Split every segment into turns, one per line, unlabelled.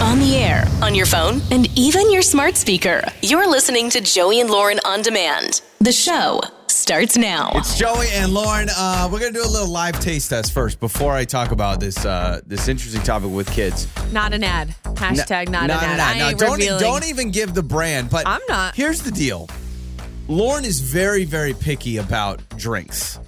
on the air, on your phone, and even your smart speaker. You're listening to Joey and Lauren on demand. The show starts now.
It's Joey and Lauren. Uh, we're gonna do a little live taste test first before I talk about this uh, this interesting topic with kids.
Not an ad. Hashtag not,
No,
an
no,
ad.
no,
I
no.
ain't
Don't e-
revealing.
don't even give the brand. But
I'm not.
Here's the deal. Lauren is very very picky about drinks.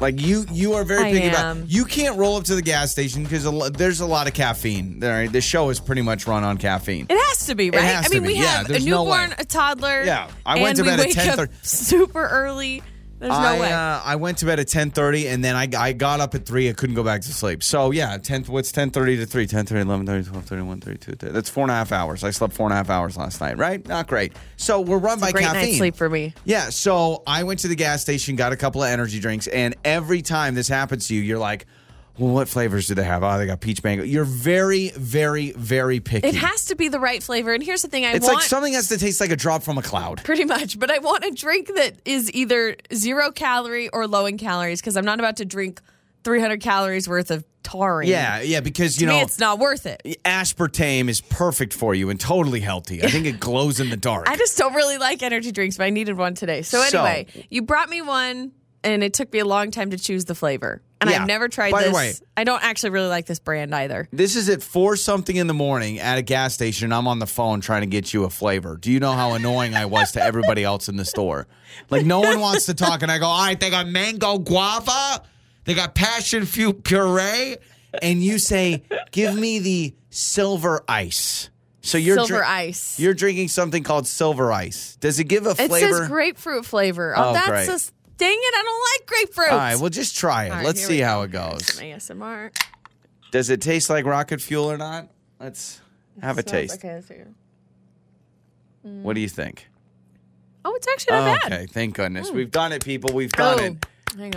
Like you you are very
I
picky
am.
about. You can't roll up to the gas station because there's a lot of caffeine. All right, the show is pretty much run on caffeine.
It has to be, right?
has
I
to
mean,
be.
we
Yeah,
have a
there's no
newborn,
way.
a toddler.
Yeah. I went
and
to bed
we
at
wake
10:30.
up super early. There's
I,
no way.
Uh, I went to bed at 10.30 and then I, I got up at 3. I couldn't go back to sleep. So, yeah, 10, what's 10.30 to 3? 10.30, 11.30, 12.30, 1.30, 2.30. That's four and a half hours. I slept four and a half hours last night, right? Not great. So, we're run by
Great
caffeine.
night's sleep for me.
Yeah, so I went to the gas station, got a couple of energy drinks, and every time this happens to you, you're like, well, what flavors do they have? Oh, they got peach mango. You're very, very, very picky.
It has to be the right flavor. And here's the thing I
it's
want Mm.
like something has to taste like a drop from a cloud.
pretty much, but I want a drink that is either zero calorie or low in calories because I'm not about to drink 300 calories worth of taurine.
Yeah, yeah, because,
To
you
me,
know.
it's not worth it.
aspartame is perfect for you and totally healthy. I think it glows in the dark.
I just don't really like energy drinks, but I needed one today. So
So-
anyway, you brought me one, and it took me a long time to choose the flavor. And
Yeah.
I've never tried
By the
this.
way-
I don't actually really like this brand either.
this is at four something in the morning at a gas station. and I'm on the phone trying to get you a flavor. Do you know how annoying I was to everybody else in the store? Like no one wants to talk, and I go, "All right, they got mango guava, they got passion fruit puree," and you say, "Give me the silver ice." So you're
Silver
drink-
ice.
You're drinking something called silver ice. Does it give a
It
flavor?
says grapefruit flavor.
Oh,
Oh, that's
great.
just dang it! I don't like grapefruit.
All right, well, just try it.
All right,
Let's
here
see
we
how it goes.
My ASMR.
Does it taste like rocket fuel or not? Let's have a taste.
Okay, let's hear.
What do you think?
Oh, it's actually not bad. Mm.
okay, thank goodness. We've done it, people. We've done
Oh,
it.
hang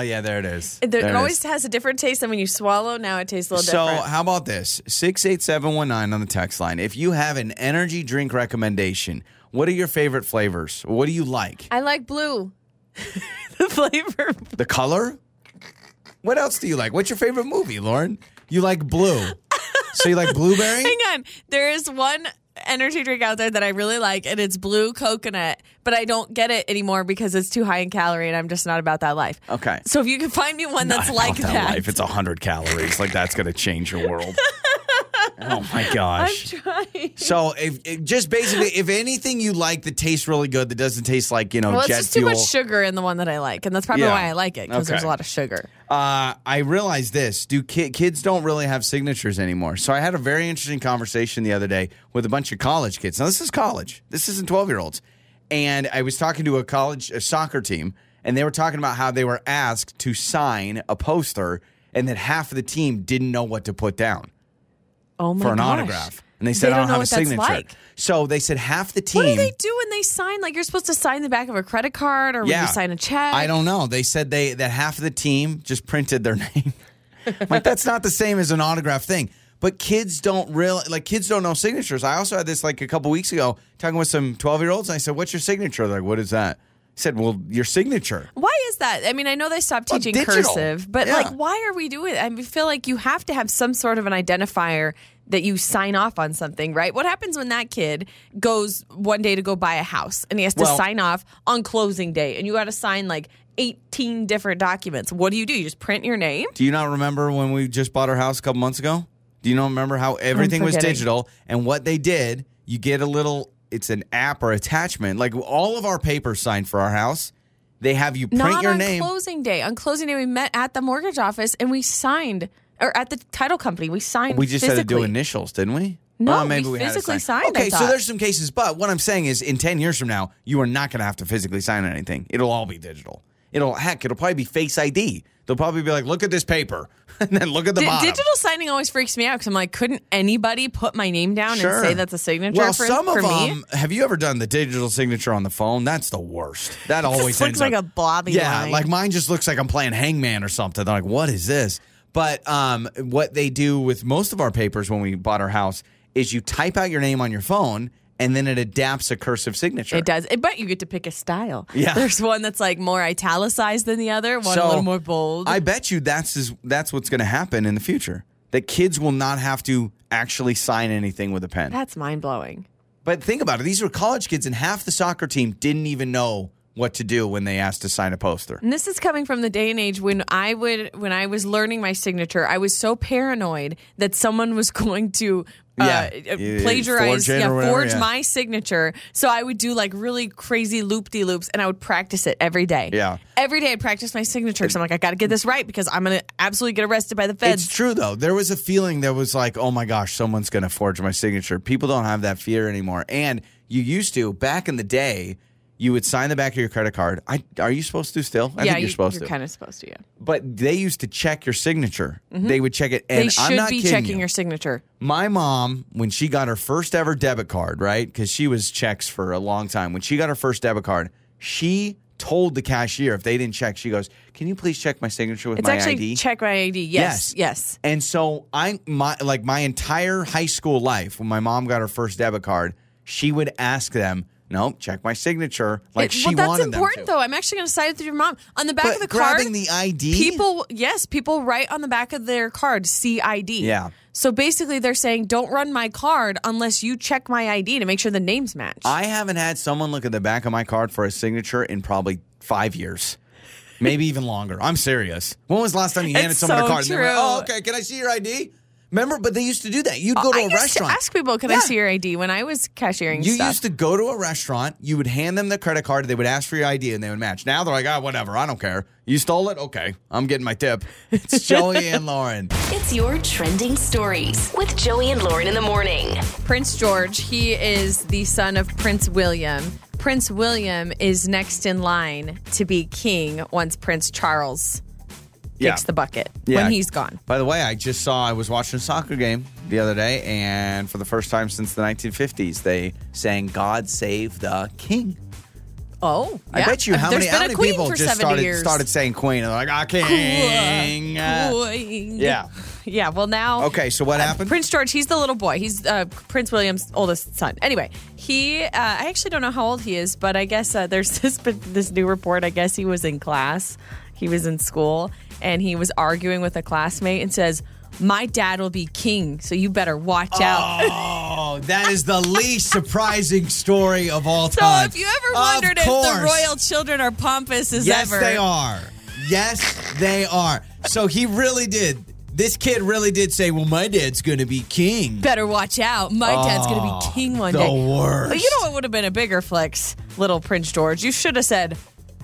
Oh, yeah, there it is.
it,
There
it always
is.
has a different taste than when you swallow. Now it tastes a little
So,
different.
how about this? 68719 on the text line. If you have an energy drink recommendation, what are your favorite flavors? What do you like?
I like blue. the flavor.
The color? What else do you like? What's your favorite movie, Lauren? You like blue. so, you like blueberry?
Hang on. There is one energy drink out there that I really like, and it's blue coconut, but I don't get it anymore because it's too high in calorie, and I'm just not about that life.
Okay.
So if you can find me one that's
I
like
love
that,
life. It's 100 calories. Like, that's going to change your world. oh, my
I'm
gosh.
trying.
So if, if- just basically, if anything you like that tastes really good, that doesn't taste like you know
Well, it's
jet
just too
fuel.
much sugar in the one that I like, and that's probably
Yeah.
why I like it because
Okay.
there's a lot of sugar.
uh, I realize this: do ki- kids don't really have signatures anymore? So I had a very interesting conversation the other day with a bunch of college kids. Now this is college. This isn't twelve year olds. And I was talking to a college a soccer team, and they were talking about how they were asked to sign a poster, and that half of the team didn't know what to put down
Oh my
for an
gosh.
autograph. And they said, "I
don't
don't
know
have a
what that's
signature."
like.
So they said half the team.
What do they do when they sign? Like you're supposed to sign the back of a credit card, or when you sign a check.
I don't know. They said they that half of the team just printed their name. like that's not the same as an autograph thing. But kids don't really like kids don't know signatures. I also had this like a couple weeks ago talking with some twelve year olds and I said, What's your signature? They're like, What is that? I said, Well, your signature.
Why is that? I mean, I know they stopped
Well,
teaching
digital.
cursive, but
Yeah.
like, why are we doing? I mean, feel like you have to have some sort of an identifier that you sign off on something, right? What happens when that kid goes one day to go buy a house and he has to
Well-
sign off on closing day, and you got to sign like eighteen different documents? What do you do? You just print your name?
Do you not remember when we just bought our house a couple months ago? Do you not remember how everything was
forgetting.
digital and what they did? You get a little, it's an app or attachment. Like all of our papers signed for our house, they have you print
Not
your
on
name.
closing day. On closing day, we met at the mortgage office and we signed, or at the title company, we signed.
We just had to do
physically.
initials, didn't we?
No,
Oh, maybe
we
we, had to
physically
sign.
signed, I
Okay, so
thought.
there's some cases, but what I'm saying is, in ten years from now, you are not going to have to physically sign anything. It'll all be digital. It'll heck, it'll probably be Face ID. They'll probably be like, look at this paper, and then look at the
Di-
bottom.
digital signing always freaks me out because I'm like, couldn't anybody put my name down
Sure.
and say that's a signature
Well,
for,
some
for
of
me?
them. Have you ever done the digital signature on the phone? That's the worst. That always
looks
ends
like
up-
a blobby
Yeah,
line.
like mine just looks like I'm playing Hangman or something. They're like, what is this? But um, what they do with most of our papers when we bought our house is you type out your name on your phone, and then it adapts a cursive signature.
It does. But you get to pick a style.
Yeah.
There's one that's like more italicized than the other, one
So,
a little more bold.
I bet you that's is, that's what's going to happen in the future. that kids will not have to actually sign anything with a pen.
That's mind blowing.
But think about it. These were college kids, and half the soccer team didn't even know what to do when they asked to sign a poster.
And this is coming from the day and age when I would when I was learning my signature, I was so paranoid that someone was going to uh,
Yeah. Yeah,
plagiarize,
forge it
yeah,
or whatever,
forge
yeah.
my signature. So I would do like really crazy loop de loops, and I would practice it every day.
Yeah.
every day I'd practice my signature because I'm like, I got to get this right because I'm gonna absolutely get arrested by the feds.
It's true though. There was a feeling that was like, oh my gosh, someone's going to forge my signature. People don't have that fear anymore. And you used to back in the day, you would sign the back of your credit card. I are you supposed to still? I
yeah,
think you're
you-
supposed
you're
to.
kind of supposed to. Yeah,
but they used to check your signature. They would check it, and
they
I'm
should
not
be
kidding
checking
you.
your signature.
My mom, when she got her first ever debit card, right? Because she was checks for a long time. When she got her first debit card, she told the cashier if they didn't check, she goes, "Can you please check my signature with
It's
my
actually
ID?"
check my ID.
Yes.
Yes, yes.
And so I my like my entire high school life when my mom got her first debit card, she would ask them, "No, check my signature." Like
It-
she
well, that's
wanted
important
them to.
though. I'm actually going to side with your mom on the back
But
of the card.
grabbing the ID,
People, yes, people write on the back of their card CID.
Yeah.
So basically, they're saying, don't run my card unless you check my ID to make sure the names match.
I haven't had someone look at the back of my card for a signature in probably five years. Maybe even longer. I'm serious. When was the last time you handed
It's
someone
so
a card and they were
true.
like, oh, okay, can I see your ID? Remember, but they used to do that. You'd go to
I
a
used
restaurant.
to ask people, can I
Yeah.
see your ID when I was cashiering
You
stuff.
used to go to a restaurant, you would hand them the credit card, they would ask for your ID, and they would match. Now they're like, ah, whatever, I don't care. You stole it? Okay, I'm getting my tip. It's Joey and Lauren.
It's your trending stories with Joey and Lauren in the morning.
Prince George, he is the son of Prince William. Prince William is next in line to be king once Prince Charles
Yeah.
kicks the bucket
Yeah.
when he's gone.
By the way, I just saw, I was watching a soccer game the other day, and for the first time since the 1950s, they sang God Save the King.
Oh,
I
yeah.
bet you how
There's
many,
been
how
a
many
queen
people
for
just
70
started,
years.
started saying Queen. And they're like, ah, King. uh,
Queen.
yeah.
yeah. Well, now
Okay, so what happened?
Prince George, he's the little boy. He's uh, Prince William's oldest son. Anyway, he uh, I actually don't know how old he is, but I guess uh, there's this this new report. I guess he was in class, he was in school, and he was arguing with a classmate and says, "My dad will be king, so you better watch out."
Oh, that is the least surprising story of all
So
time.
if you ever
Of
wondered if the
course.
royal children are pompous as
Yes,
ever,
they are. Yes, they are. So he really did. This kid really did say, "Well, my dad's going to be king."
better watch out. My dad's gonna be king one
the
day.
worst.
But you know what would have been a bigger flex, little Prince George? You should have said,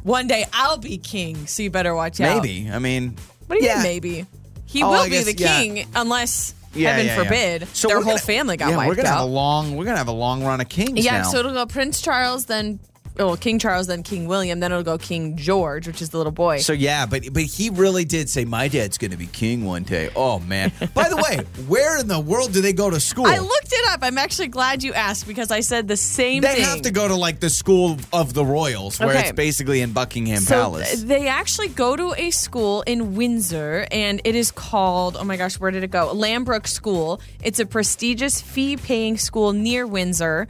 "One day I'll be king, so you better watch out."
Maybe. I mean,
What do you
yeah.
mean? Maybe he
Oh,
will
I
be
guess,
the
yeah.
king, unless
Yeah,
heaven
yeah, yeah.
forbid
So
their
we're
whole
gonna-
family got
yeah,
wiped
we're gonna
out.
have a long. We're gonna have a long run of kings.
yeah,
now.
so it'll go Prince Charles, then well King Charles, then King William, then it'll go King George, which is the little boy.
So yeah, but but he really did say my dad's going to be king one day. Oh man! By the way, where in the world do they go to school?
I looked it up. I'm actually glad you asked because I said the same
they
thing.
have to go to like the school of the royals, where
Okay.
it's basically in Buckingham
So
Palace.
th- they actually go to a school in Windsor, and it is called oh my gosh, where did it go? Lambrook School. It's a prestigious fee-paying school near Windsor,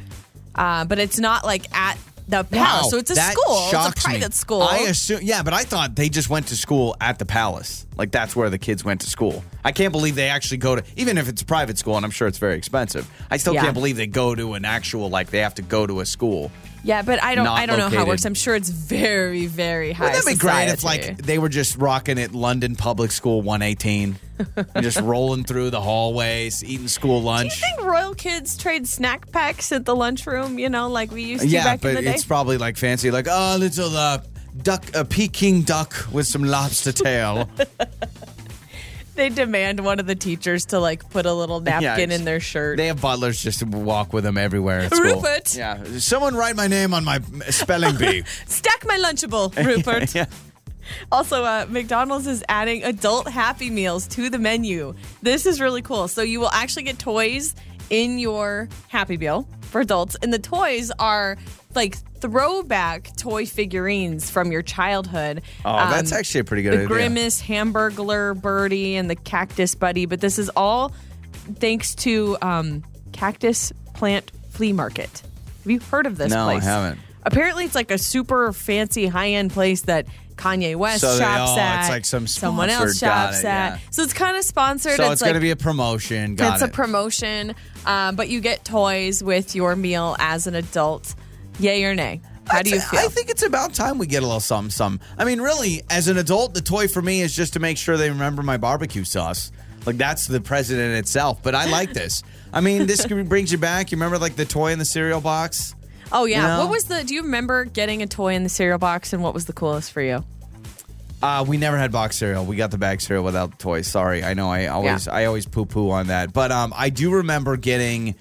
uh, but it's not like at the palace.
Wow,
so it's a
that
school. It's
shocks
a
me.
private school.
I assume, yeah, but I thought they just went to school at the palace. Like that's where the kids went to school. I can't believe they actually go to, even if it's a private school, and I'm sure it's very expensive. I still
Yeah.
can't believe they go to an actual like they have to go to a school.
yeah, but I don't.
Not
I don't know how
located.
it works. I'm sure it's very, very high.
Wouldn't that be great if
society.
like they were just rocking at London Public School 118, and just rolling through the hallways, eating school
Do you
lunch?
think royal kids trade snack packs at the lunchroom? You know, like we used to
Yeah,
back in
but
the day.
it's probably like fancy, like oh, little uh, duck, a Peking duck with some lobster tail.
they demand one of the teachers to like put a little napkin
it's-
in their shirt.
They have butlers just to walk with them everywhere at school.
Rupert.
Yeah. Someone write my name on my spelling bee.
Stack my Lunchable, Rupert. Also, uh, McDonald's is adding adult Happy Meals to the menu. This is really cool. So you will actually get toys in your Happy Meal for adults, and the toys are like throwback toy figurines from your childhood. Um,
Oh, that's actually a pretty good
the
idea.
Grimace, Hamburglar, Birdie, and the Cactus Buddy. But this is all thanks to um, Cactus Plant Flea Market. Have you heard of this
No, I
place?
haven't.
Apparently, it's like a super fancy high end place that Kanye West
So they
shops
all-
at.
it's like some
someone else
sponsored- got
shops
it,
at.
yeah.
So it's kind of sponsored.
So it's,
like
going to be a promotion. Got
it's
it.
a promotion, um, but you get toys with your meal as an adult. Yay or nay? How do you
It's-
feel?
I think it's about time we get a little something, something. I mean, really, as an adult, the toy for me is just to make sure they remember my barbecue sauce. Like, that's the president itself. But I like this. I mean, this could- brings you back. You remember, like, the toy in the cereal box?
oh yeah.
you know?
What was the? Do you remember getting a toy in the cereal box and what was the coolest for you?
Uh, we never had box cereal. We got the bag cereal without the toys. Sorry, I know I always I always poo poo on that, but um, I do remember getting.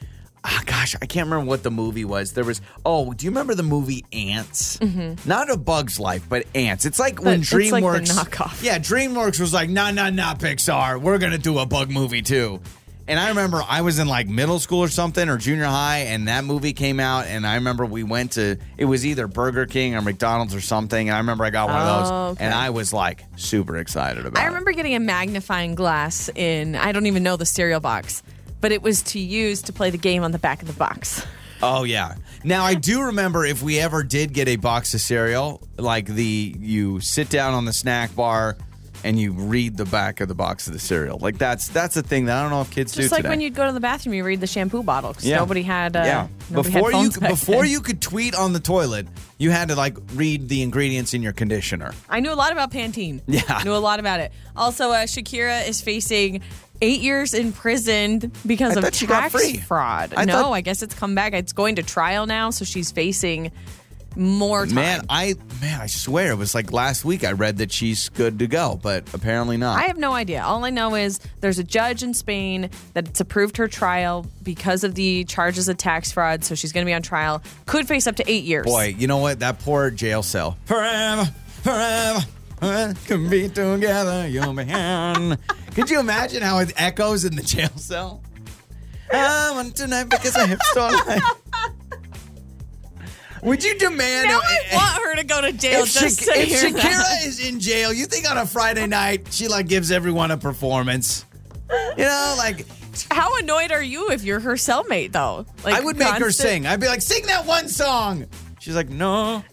ah, gosh, I can't remember what the movie was. There was oh, do you remember the movie Ants? Not A Bug's Life, but Ants. It's like when
Mm-hmm. it's like the
DreamWorks
knockoff.
Yeah, DreamWorks was like, nah, nah, nah, Pixar. We're gonna do a bug movie too. And I remember I was in like middle school or something or junior high, and that movie came out. And I remember we went to it was either Burger King or McDonald's or something. And I remember I got one of those,
Oh, okay.
and I was like super excited about.
I remember getting a magnifying glass in I don't even know the cereal box, but it was to use to play the game on the back of the box.
It. Oh yeah. Now I do remember if we ever did get a box of cereal, like the you sit down on the snack bar and you read the back of the box of the cereal. Like that's that's a thing that I don't know if kids do
Just like
today.
when you'd go to the bathroom, you read the shampoo bottle because nobody had. Uh,
yeah.
nobody had
before you
phones
could-
back
before
then.
you could tweet on the toilet, you had to like read the ingredients in your conditioner.
I knew a lot about Pantene.
Yeah.
Knew a lot about it. Also, uh, Shakira is facing eight years imprisoned because
I
of
thought
tax
she got free.
fraud.
I
no,
thought-
I guess it's come back. It's going to trial now, so she's facing more time.
Man, I man, I swear it was like last week I read that she's good to go, but apparently not.
I have no idea. All I know is there's a judge in Spain that's approved her trial because of the charges of tax fraud, so she's going to be on trial. Could face up to eight years.
Boy, you know what? That poor jail cell. Forever, forever, uh, can be together, you man. Could you imagine how it echoes in the jail cell? I want tonight because I have stolen. Would you demand?
Now I want her to go to jail
If,
just
Shak-
to
if
hear that.
Shakira is in jail, you think on a Friday night she like gives everyone a performance? You know, like
How annoyed are you if you're her cellmate, though? Like
I would make her
constant-
sing. I'd be like, sing that one song. She's like, no,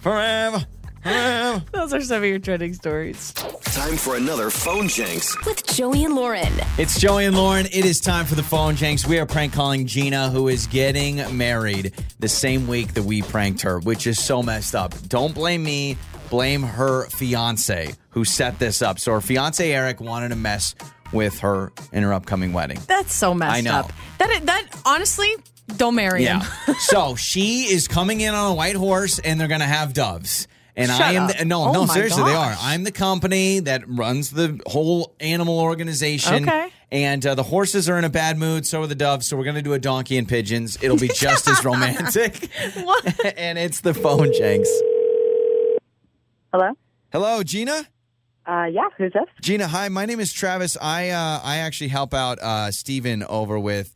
forever, forever.
Those are some of your trending stories.
Time for another phone jinx.
With Joey and Lauren.
It's Joey and Lauren. It is time for the phone janks. We are prank calling Gina, who is getting married the same week that we pranked her, which is so messed up. Don't blame me, blame her fiance who set this up. So her fiance Eric wanted to mess with her in her upcoming wedding.
That's so messed
I know.
up. That that honestly, don't marry
Yeah.
him.
so she is coming in on a white horse, and they're gonna have doves. And
Shut
I am
up.
the, no,
Oh
no,
my
seriously, they are.
gosh.
I'm the company that runs the whole animal organization.
Okay.
And uh, the horses are in a bad mood, so are the doves. So we're gonna do a donkey and pigeons. It'll be just as romantic.
What?
and it's the phone janks.
Hello?
Hello, Gina.
Uh, yeah, who's this?
Gina, hi. My name is Travis. I uh, I actually help out uh, Steven over with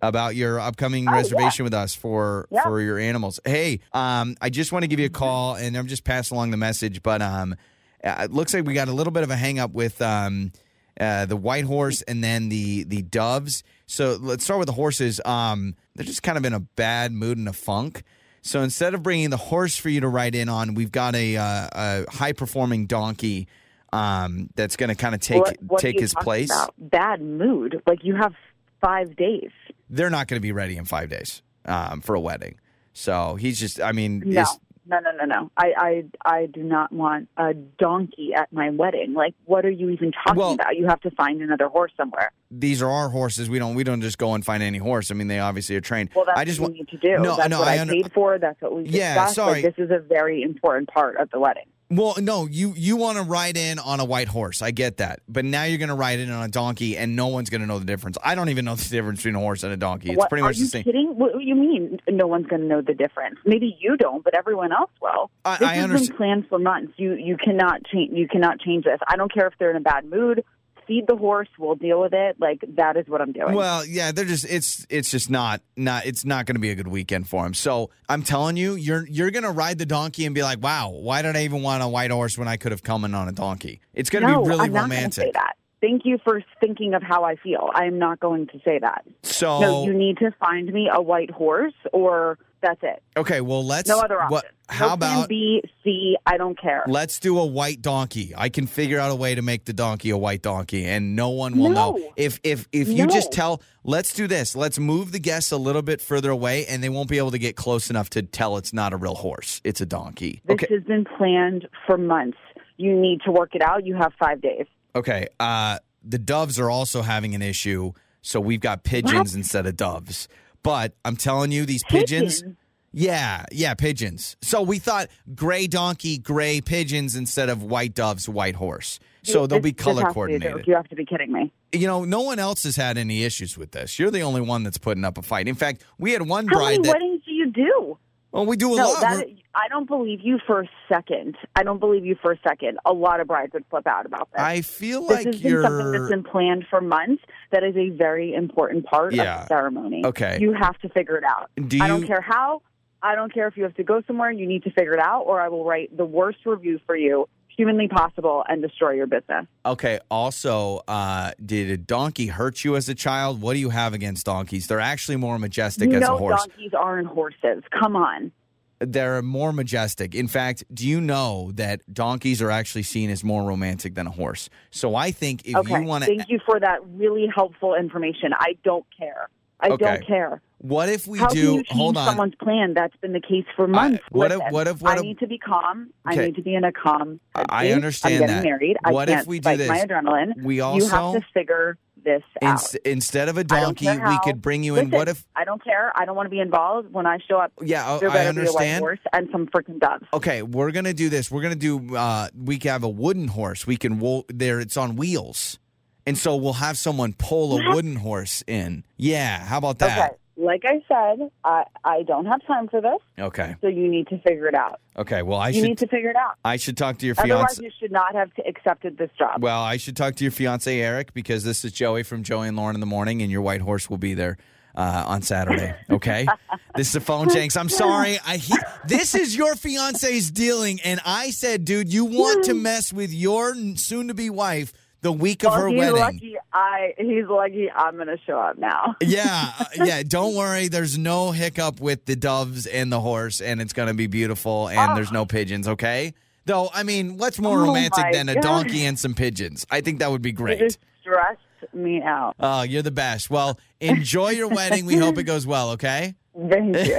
about your upcoming reservation with us for
Oh, Yeah. Mm-hmm.
for your animals. Hey, um, I just want to give you a call, and I'm just passing along the message. But um, uh, it looks like we got a little bit of a hang up with um, uh, the white horse and then the the doves. So let's start with the horses. Um, they're just kind of in a bad mood and a funk. So instead of bringing the horse for you to ride in on, we've got a uh, a high performing donkey um, that's going to kind of take
What- what are
take
you
his
talking
place.
about? Bad mood. Like, you have five days.
They're not going to be ready in five days um, for a wedding. So he's just, I mean,
No.
it's-
No, no, no, no. I, I, I do not want a donkey at my wedding. Like, what are you even talking
Well-
about? You have to find another horse somewhere.
these are our horses. We don't we don't just go and find any horse. I mean, they obviously are trained.
Well, that's
I just
what
want
we need to do.
No,
that's
no,
what
I
I,
under-
paid for. That's what we
Yeah,
discussed.
sorry.
Like, this is a very important part of the wedding.
Well, no, you you want to ride in on a white horse. I get that, but now you're going to ride in on a donkey, and no one's going to know the difference. I don't even know the difference between a horse and a donkey. It's
what,
pretty
are
much the
you
same.
kidding? What do you mean? No one's going to know the difference. Maybe you don't, but everyone else will.
I-
this
I
has
understa-
been planned for months. You you cannot change. You cannot change this. I don't care if they're in a bad mood. Feed the horse. We'll deal with it. Like that is what I'm doing.
Well, yeah, they're just it's it's just not not it's not going to be a good weekend for him. So I'm telling you, you're you're going to ride the donkey and be like, wow, why did I even want a white horse when I could have come in on a donkey? It's going to
no,
be really
I'm not going to
romantic.
say that. Thank you for thinking of how I feel. I am not going to say that.
So
No, you need to find me a white horse or
That's it.
Okay, well let's
No other option.
what- how
Option
about
B, C? I don't care.
let's do a white donkey. I can figure out a way to make the donkey a white donkey and no one will know.
No.
If if if you just
No.
tell let's do this. Let's move the guests a little bit further away and they won't be able to get close enough to tell it's not a real horse. It's a donkey.
This
okay.
has been planned for months. You need to work it out. You have five days.
Okay. Uh, the doves are also having an issue, so we've got pigeons instead of doves. But I'm telling you, these pigeons.
Pigeons?
Yeah, yeah, pigeons. So we thought gray donkey, gray pigeons instead of white doves, white horse. So they'll
This-
be
this
color
has to a joke.
coordinated.
You have to be kidding me.
You know, no one else has had any issues with this. You're the only one that's putting up a fight. In fact, we had one
How
bride
many
that.
weddings do you do?
well, we do a
No,
lot.
that
We're-
is, I don't believe you for a second. I don't believe you for a second. A lot of brides would flip out about this.
I feel like
this has been something
you're.
that's been planned for months. That is a very important part
Yeah.
of the ceremony.
Okay.
You have to figure it out.
Do
I don't
you-
care how. I don't care if you have to go somewhere. You need to figure it out, or I will write the worst review for you humanly possible and destroy your business.
Okay. Also, uh, did a donkey hurt you as a child? What do you have against donkeys? They're actually more majestic
you
as
know
a horse.
donkeys aren't horses. Come on.
They're more majestic. In fact, do you know that donkeys are actually seen as more romantic than a horse? So I think if
Okay.
you want to,
Thank you for that really helpful information. I don't care. I
Okay.
don't care.
what if we
How can
do?
you change
Hold on.
someone's plan? That's been the case for months.
what
Listen,
if- what if- what
I
if-
need to be calm.
Okay.
I need to be in a calm.
I- I
headspace.
understand
I'm getting
that.
married.
What
I
if
can't
we do
spike
this?
my adrenaline.
we
you have
also
to figure this out.
ins- instead of a
I don't
donkey,
care
we
how-
could bring you in.
Listen,
What if?
I don't care. I don't want to be involved. When I show up,
Yeah, I-
there
Oh, I
better be a white
understand. Oh,
horse and some freaking doves.
Okay, we're gonna do this. We're gonna do. Uh, we can have a wooden horse. We can wo- there. It's on wheels, and so we'll have someone pull a wooden horse in. Yeah, how about
Okay.
that?
Like I said, I, I don't have time for this,
Okay, okay.
so you need to figure it out.
Well, I
you
should.
need to figure it out.
I should talk to your
Otherwise,
fiance.
you should not have t- accepted this job.
Well, I should talk to your fiance Eric because this is Joey from Joey and Lauren in the morning, and your white horse will be there. Uh, on Saturday, okay. this is the phone janks. I'm sorry. I he, this is your fiance's dealing, and I said, dude, you want to mess with your soon-to-be wife the week of
Well,
her
he's
wedding.
lucky. I he's lucky. I'm going to show up now.
yeah, uh, yeah. Don't worry. There's no hiccup with the doves and the horse, and it's going to be beautiful. And there's no pigeons. Okay. Though, I mean, what's more
Ah. Oh
romantic
my
than a
God.
donkey and some pigeons? I think that would be
It
great.
just stressed me out.
Oh, you're the best. Well, enjoy your wedding. We hope it goes well. Okay.
Thank you.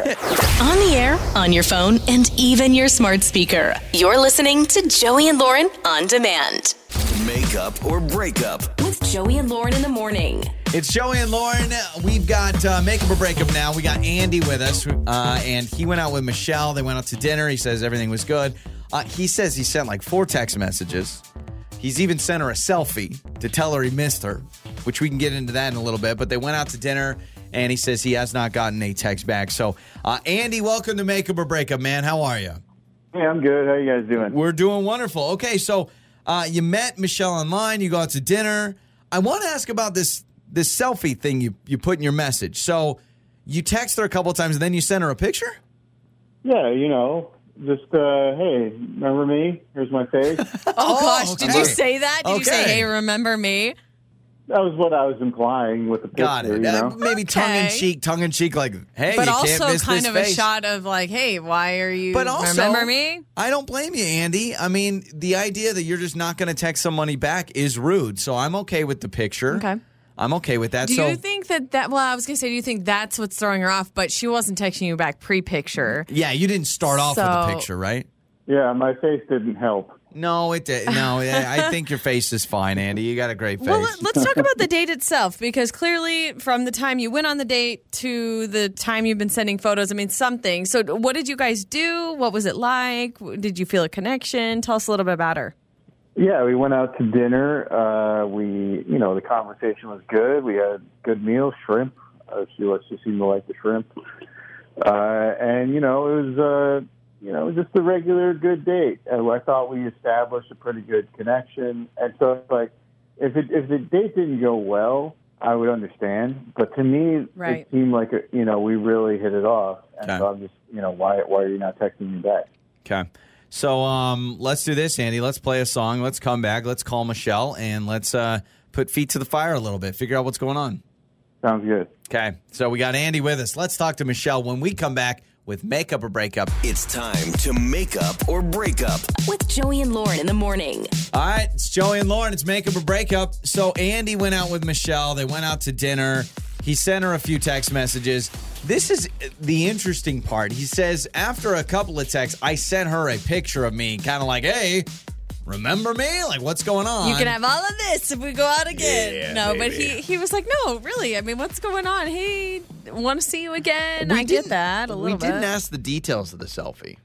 On the air, on your phone, and even your smart speaker. You're listening to Joey and Lauren on demand.
Make up or break up.
With Joey and Lauren in the morning.
It's Joey and Lauren. We've got uh, makeup or breakup now. We got Andy with us, uh, and he went out with Michelle. They went out to dinner. He says everything was good. Uh, he says he sent like four text messages. He's even sent her a selfie to tell her he missed her, which we can get into that in a little bit. But they went out to dinner, and he says he has not gotten a text back. So, uh, Andy, welcome to Makeup or Breakup, man. How are you?
Hey, I'm good. How you guys doing?
We're doing wonderful. Okay, so uh, you met Michelle online. You go out to dinner. I want to ask about this this selfie thing you you put in your message. So you text her a couple times, and then you send her a picture.
Yeah, you know, just uh, hey, remember me? Here's my face. that
Oh, gosh, did you
okay.
say that? Did you say,
Okay.
"Hey, remember me"?
was what I was implying with the picture.
Got it.
You
Uh,
know?
maybe tongue in
Okay.
cheek, tongue in cheek, like hey, you
But
can't
also,
miss
kind
this
of a
face.
shot of like, "Hey, why are you?"
But also,
remember me?
I don't blame you, Andy. I mean, the idea that you're just not going to text somebody back is rude. So I'm okay with the picture.
Okay.
I'm okay with that.
Do
so
you think that that? Well, I was gonna say, do you think that's what's throwing her off? But she wasn't texting you back pre-picture.
yeah, you didn't start off with
So-
a picture, right?
Yeah, my face didn't help.
No, it did. No, I I think your face is fine, Andy. You got a great face.
Well, let- let's talk about the date itself because clearly, from the time you went on the date to the time you've been sending photos, I mean, something. So, what did you guys do? What was it like? Did you feel a connection? Tell us a little bit about her.
Yeah, we went out to dinner. Uh, we, you know, the conversation was good. We had good meal, shrimp. Uh, she was she seemed to like the shrimp. Uh, and you know, it was uh, you know just a regular good date. And I thought we established a pretty good connection. And so it's like, if it if the date didn't go well, I would understand. But to me,
Right.
it seemed like a, you know we really hit it off. And
Okay.
so I'm just you know why why are you not texting me back?
okay. So um, let's do this, Andy. Let's play a song. Let's come back. Let's call Michelle and let's uh, put feet to the fire a little bit. Figure out what's going on.
Sounds good.
Okay. So we got Andy with us. Let's talk to Michelle. When we come back, with Makeup or Breakup.
It's time to make up or break up.
With Joey and Lauren in the morning.
All right, it's Joey and Lauren. It's Makeup or Breakup. So Andy went out with Michelle. They went out to dinner. He sent her a few text messages. This is the interesting part. He says, after a couple of texts, I sent her a picture of me, kind of like, hey, remember me? Like, what's going on?
You can have all of this if we go out again.
Yeah,
no, but
baby.
he he was like, no, really. I mean, what's going on? Hey, want to see you again?
We
I get
didn't-
that a little
We didn't
bit.
ask the details of the selfie.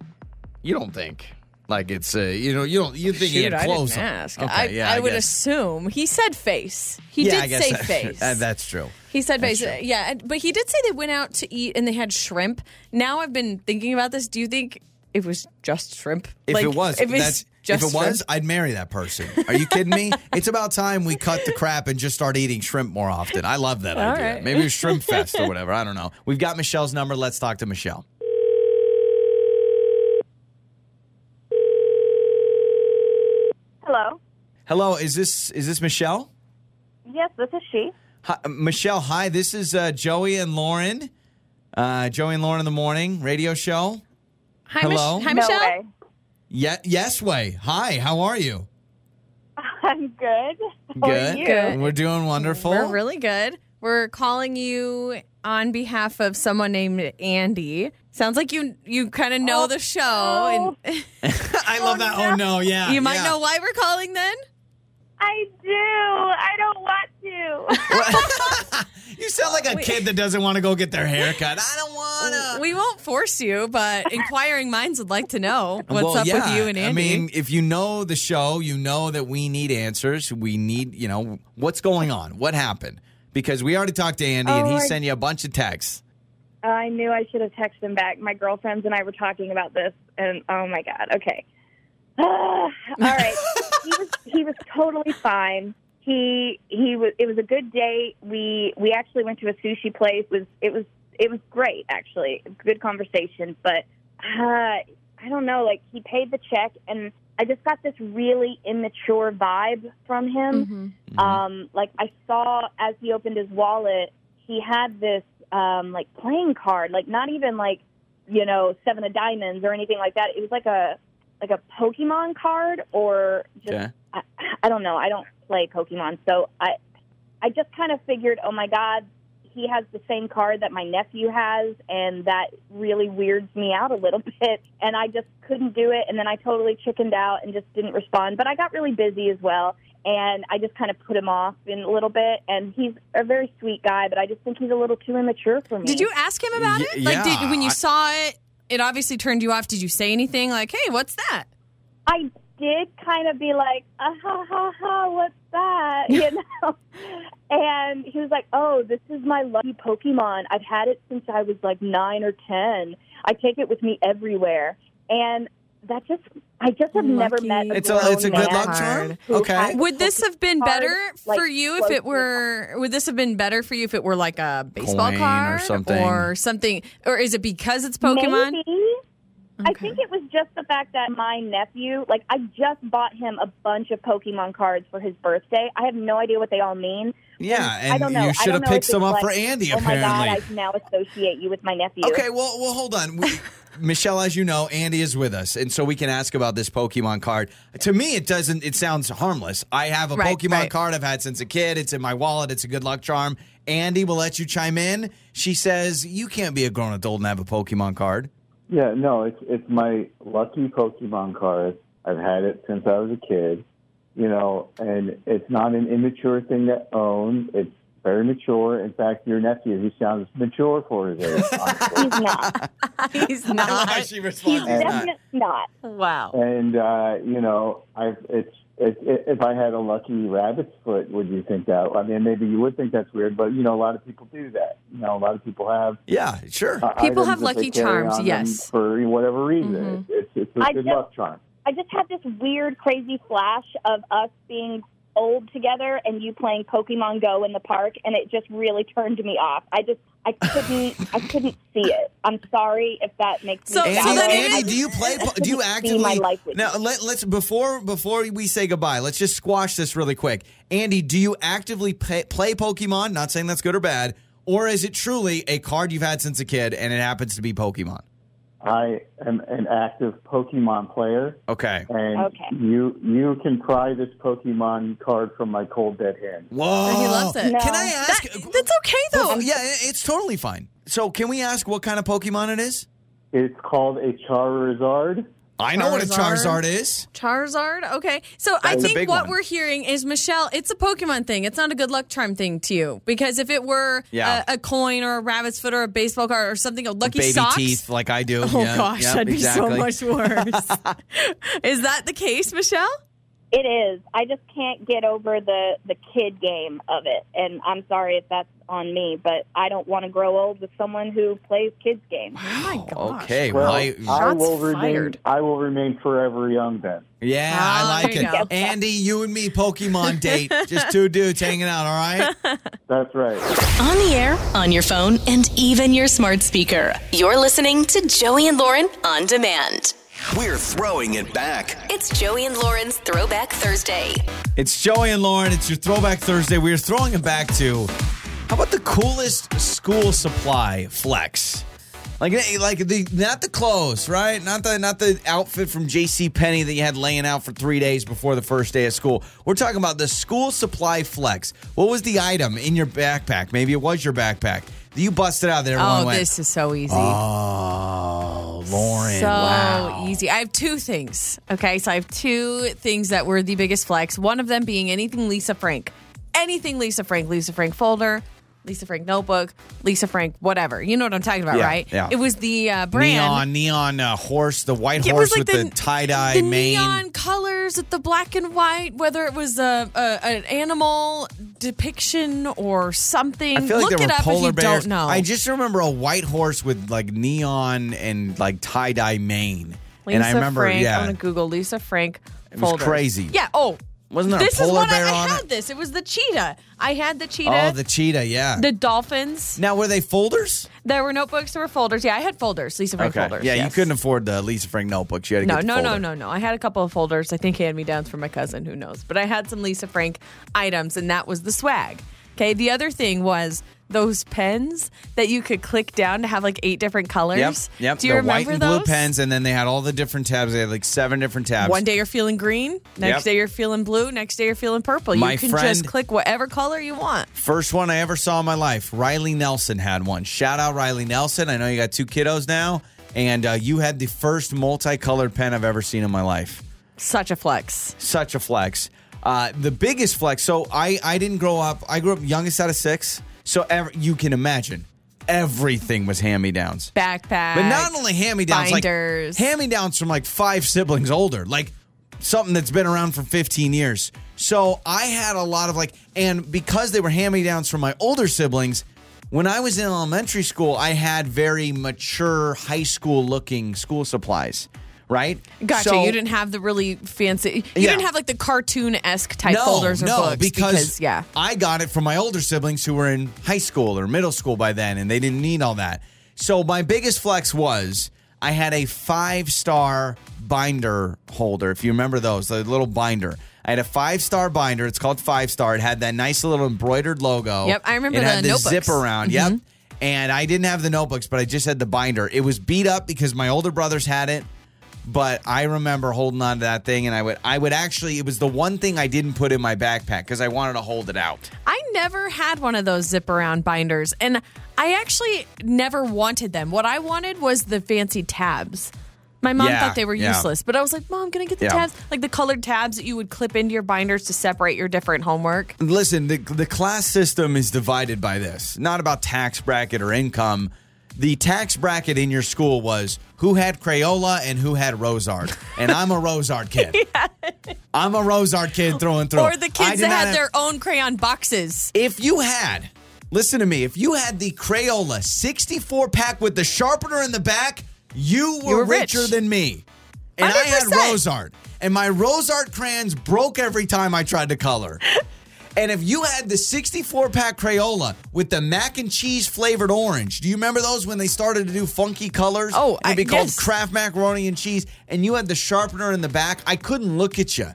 You don't think like it's uh, you know you don't you think
Shoot,
it's
I
close?
didn't ask.
Okay,
I,
yeah,
I, would
guess.
assume he said face. He
Yeah, I
did
guess
say
that-
face.
that- that's true.
He said
That's
basically,
true.
yeah, and- but he did say they went out to eat and they had shrimp. Now I've been thinking about this. Do you think it was just shrimp?
If
Like,
it was,
if it's
that's, if
just
it was, I'd marry that person. Are you kidding me? it's about time we cut the crap and just start eating shrimp more often. I love that idea.
right.
Maybe a shrimp fest or whatever. I don't know. We've got Michelle's number. Let's talk to Michelle.
Hello.
Hello, is this is this Michelle?
Yes, this is she.
Hi, uh, Michelle, hi. This is uh, Joey and Lauren. Uh, Joey and Lauren in the morning radio show.
Hi,
Hello?
Mich- hi
no
Michelle.
way.
Yeah, yes way. Hi, how are you?
I'm good. How are you?
Good.
We're doing wonderful.
We're really good. We're calling you on behalf of someone named Andy. Sounds like you you kind of
Oh.
know the show, and
I love that. Oh no, yeah.
you might
yeah.
know why we're calling then.
I do. I don't want to.
You sound like a kid that doesn't want to go get their hair cut. I don't want to.
We won't force you, but inquiring minds would like to know what's
well,
up
yeah.
with you and Andy.
I mean, if you know the show, you know that we need answers. We need, you know, what's going on? What happened? Because we already talked to Andy and
Oh,
he
I-
sent you a bunch of texts.
I knew I should have texted him back. My girlfriends and I were talking about this, and oh my god. Okay. All right. he was he was totally fine. He he was. It was a good date. We we actually went to a sushi place. It was it was it was great actually. Good conversation, but uh, I don't know. Like he paid the check, and I just got this really immature vibe from him. Um, like I saw as he opened his wallet, he had this um, like playing card, like not even like you know seven of diamonds or anything like that. It was like a like a Pokemon card or just
Okay.
I, I don't know. I don't play Pokemon, so I I just kind of figured, oh my god, he has the same card that my nephew has, and that really weirds me out a little bit. And I just couldn't do it. And then I totally chickened out and just didn't respond. But I got really busy as well. And I just kind of put him off in a little bit. And he's a very sweet guy, but I just think he's a little too immature for me.
did you ask him about
Y-
it? Like,
yeah,
did, when you
I-
saw it, it obviously turned you off. Did you say anything like, "Hey, what's that"?
I did kind of be like, ah, ha, ha, ha, what's that? You know? and he was like, oh, this is my lucky Pokemon. I've had it since I was like nine or 10. I take it with me everywhere. And that just, I just have never
Lucky.
met a
It's a it's a
grown
good
man
luck charm.
who
Okay.
had
Would this have been
Cards,
better
like,
for you if
close to
it
the
were? Would this have been better for you if it were like a baseball
Coin or
card
something.
or something? Or is it because it's Pokemon?
Maybe. I think it was just the fact that my nephew, like, I just bought him a bunch of Pokemon cards for his birthday. I have no idea what they all mean. Um,
Yeah,
I
and
don't know.
you
I
should
don't
have
know
picked
if
some
it's
up for
like,
Andy,
Oh my
apparently.
god! I now associate you with my nephew.
Okay, well, well, hold on. We, Michelle, as you know, Andy is with us, and so we can ask about this Pokemon card. To me, it doesn't. It sounds harmless. I have a
Right,
Pokemon
right.
card I've had since a kid. It's in my wallet. It's a good luck charm. Andy will let you chime in. She says you can't be a grown adult and have a Pokemon card.
Yeah, no, it's it's my lucky Pokemon card. I've had it since I was a kid, you know, and it's not an immature thing to own. It's very mature. In fact, your nephew, he sounds mature for his age, honestly.
He's not.
He's
I love how
not.
she
He's
responds.
definitely not.
wow.
and uh, you know, I it's. It, it, if I had a lucky rabbit's foot, would you think that? I mean, maybe you would think that's weird, but you know, a lot of people do that. You know, a lot of people have
Yeah, sure.
uh,
People have
items that they
lucky
carry
charms,
on them
yes. Mm-hmm.
for whatever reason. It's, it's a
I
good
just-
luck charm.
I just had this weird, crazy flash of us being old together and you playing Pokemon Go in the park, and it just really turned me off. I just, I couldn't, I couldn't see it. I'm sorry if that makes
So-
me.
Andy,
so
sound
then
old.
it
Andy,
I
is-
do you play?
just
Do you
couldn't
actively?
see my life with
now
you.
let, let's before before we say goodbye. Let's just squash this really quick. Andy, do you actively play, play Pokemon? Not saying that's good or bad, or is it truly a card you've had since a kid and it happens to be Pokemon?
I am an active Pokemon player,
Okay.
and
Okay.
you you can pry this Pokemon card from my cold dead hand.
Whoa.
he loves it.
No.
Can I ask?
That- that's okay though.
Well, yeah, it- it's totally fine. So, can we ask what kind of Pokemon it is?
It's called a Charizard.
I know what a
Charizard.
Charizard is.
Charizard. Okay, so I
That's a
think
big
what
one.
we're hearing is Michelle. It's a Pokemon thing. It's not a good luck charm thing to you because if it were
Yeah.
a, a coin or a rabbit's foot or a baseball card or something, a lucky
Baby
socks.
teeth, like I do.
Oh
Yeah,
gosh,
yeah,
that'd be
exactly.
so much worse. is that the case, Michelle?
It is. I just can't get over the the kid game of it, and I'm sorry if that's on me, but I don't want to grow old with someone who plays kids games.
Oh my gosh.
Okay,
Well,
why?
I
Shots
will remain.
fired.
I will remain forever young. Then
Yeah,
Oh,
I like
there you
it. Andy, you and me, Pokemon date. Just two dudes hanging out, all right?
that's right.
On the air, on your phone, and even your smart speaker. You're listening to Joey and Lauren on demand.
We're throwing it back.
It's Joey and Lauren's Throwback Thursday.
It's Joey and Lauren. It's your Throwback Thursday. We are throwing it back to how about the coolest school supply flex? Like, eh, like the not the clothes, right? Not the not the outfit from J.C. Penney that you had laying out for three days before the first day of school. We're talking about the school supply flex. What was the item in your backpack? Maybe it was your backpack that you busted out. That everyone
Oh,
went,
this is so easy.
Oh, Lauren.
so
wow.
easy. I have two things. Okay, so I have two things that were the biggest flex. One of them being anything Lisa Frank, anything Lisa Frank, Lisa Frank folder, Lisa Frank notebook, Lisa Frank whatever. You know what I'm talking about,
Yeah,
right?
yeah.
It was the uh,
Neon,
brand.
neon uh, horse, the white
It
horse
was like
with the, tie dye
the
mane.
neon colors with the black and white. Whether it was a, a an animal depiction or something,
I feel like
look
there
it
were
up
polar
if you
bears.
don't know.
I just remember a white horse with like neon and like tie dye mane.
Lisa
and I remember,
Frank.
yeah,
I'm gonna Google Lisa Frank.
It was
folders.
crazy.
Yeah. Oh,
Wasn't there a
this
polar
is what
bear
I, I
on
had.
it?
This it was the cheetah. I had the cheetah.
oh, the cheetah, yeah.
the dolphins.
now were they folders?
There were notebooks. There were folders. Yeah, I had folders. Lisa Frank folders.
yeah, you
yes.
couldn't afford the Lisa Frank notebooks. You had to
No,
get the
no, no,
folder.
no, no. I had a couple of folders. I think hand me downs for my cousin. Who knows? But I had some Lisa Frank items, and that was the swag. Okay. The other thing was those pens that you could click down to have like eight different colors.
Yep, yep.
Do you
the white
remember
and
those?
blue pens, and then they had all the different tabs. They had like seven different tabs.
One day you're feeling green, next
Yep.
day you're feeling blue, next day you're feeling purple.
My
you can
friend-
just click whatever color you want.
First one I ever saw in my life. Riley Nelson had one. Shout out Riley Nelson. I know you got two kiddos now, and uh, you had the first multicolored pen I've ever seen in my life.
Such a flex.
Such a flex. Uh, the biggest flex. So I I didn't grow up. I grew up youngest out of six. So ev- you can imagine, everything was hand me downs.
Backpack.
But not only hand me downs, like
Binders.
hand me downs from like five siblings older, like something that's been around for 15 years. So I had a lot of like, and because they were hand me downs from my older siblings, when I was in elementary school, I had very mature high school looking school supplies, right?
Gotcha.
So-
you didn't have the really fancy. You
Yeah.
didn't have like the cartoon esque type folders or
no,
books
because,
yeah.
I got it from my older siblings who were in high school or middle school by then, and they didn't need all that. So my biggest flex was I had a five star binder holder. If you remember those, the little binder. I had a five star binder. It's called five star. It had that nice little embroidered logo.
Yep, I remember
it
the
had the
notebooks. Mm-hmm.
zip around. Yep. And I didn't have the notebooks, but I just had the binder. It was beat up because my older brothers had it but I remember holding on to that thing, and I would, I would actually, it was the one thing I didn't put in my backpack because I wanted to hold it out.
I never had one of those zip around binders, and I actually never wanted them. What I wanted was the fancy tabs. My mom
Yeah,
thought they were
yeah.
useless, but I was like, Mom, can I get the
Yeah.
tabs? Like the colored tabs that you would clip into your binders to separate your different homework.
Listen, the the class system is divided by this, not about tax bracket or income. The tax bracket in your school was who had Crayola and who had Rosard, and I'm a Rosard kid. I'm a Rosard kid through and through.
Or the
I
kids
did
that
not
had
have-
their own crayon boxes.
If you had, listen to me, if you had the Crayola 64 pack with the sharpener in the back, you were,
were rich.
richer than me. And I had
100%.
Rosart. And my Rosart crayons broke every time I tried to color. and if you had the 64 pack Crayola with the mac and cheese flavored orange, do you remember those when they started to do funky colors?
Oh,
it'd be
I-
called
yes.
Kraft macaroni and cheese. And you had the sharpener in the back. I couldn't look at you.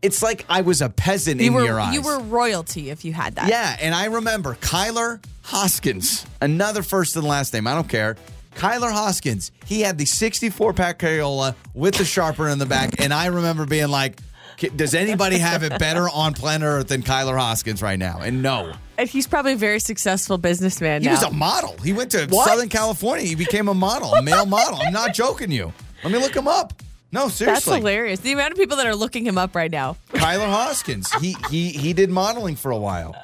It's like I was a peasant
You
in
were
your eyes.
you were royalty if you had that.
Yeah, and I remember Kyler Hoskins, another first and last name. I don't care. Kyler Hoskins, he had the 64 pack Crayola with the sharpener in the back. And I remember being like, "K- does anybody have it better on planet Earth than Kyler Hoskins right now? And no.
And he's probably a very successful businessman
He
now.
was a model. He went to
What?
Southern California. He became a model, a male model. I'm not joking you. Let me look him up. No,
That's
seriously.
hilarious. The amount of people that are looking him up right now.
Kyler Hoskins. He he he did modeling for a while.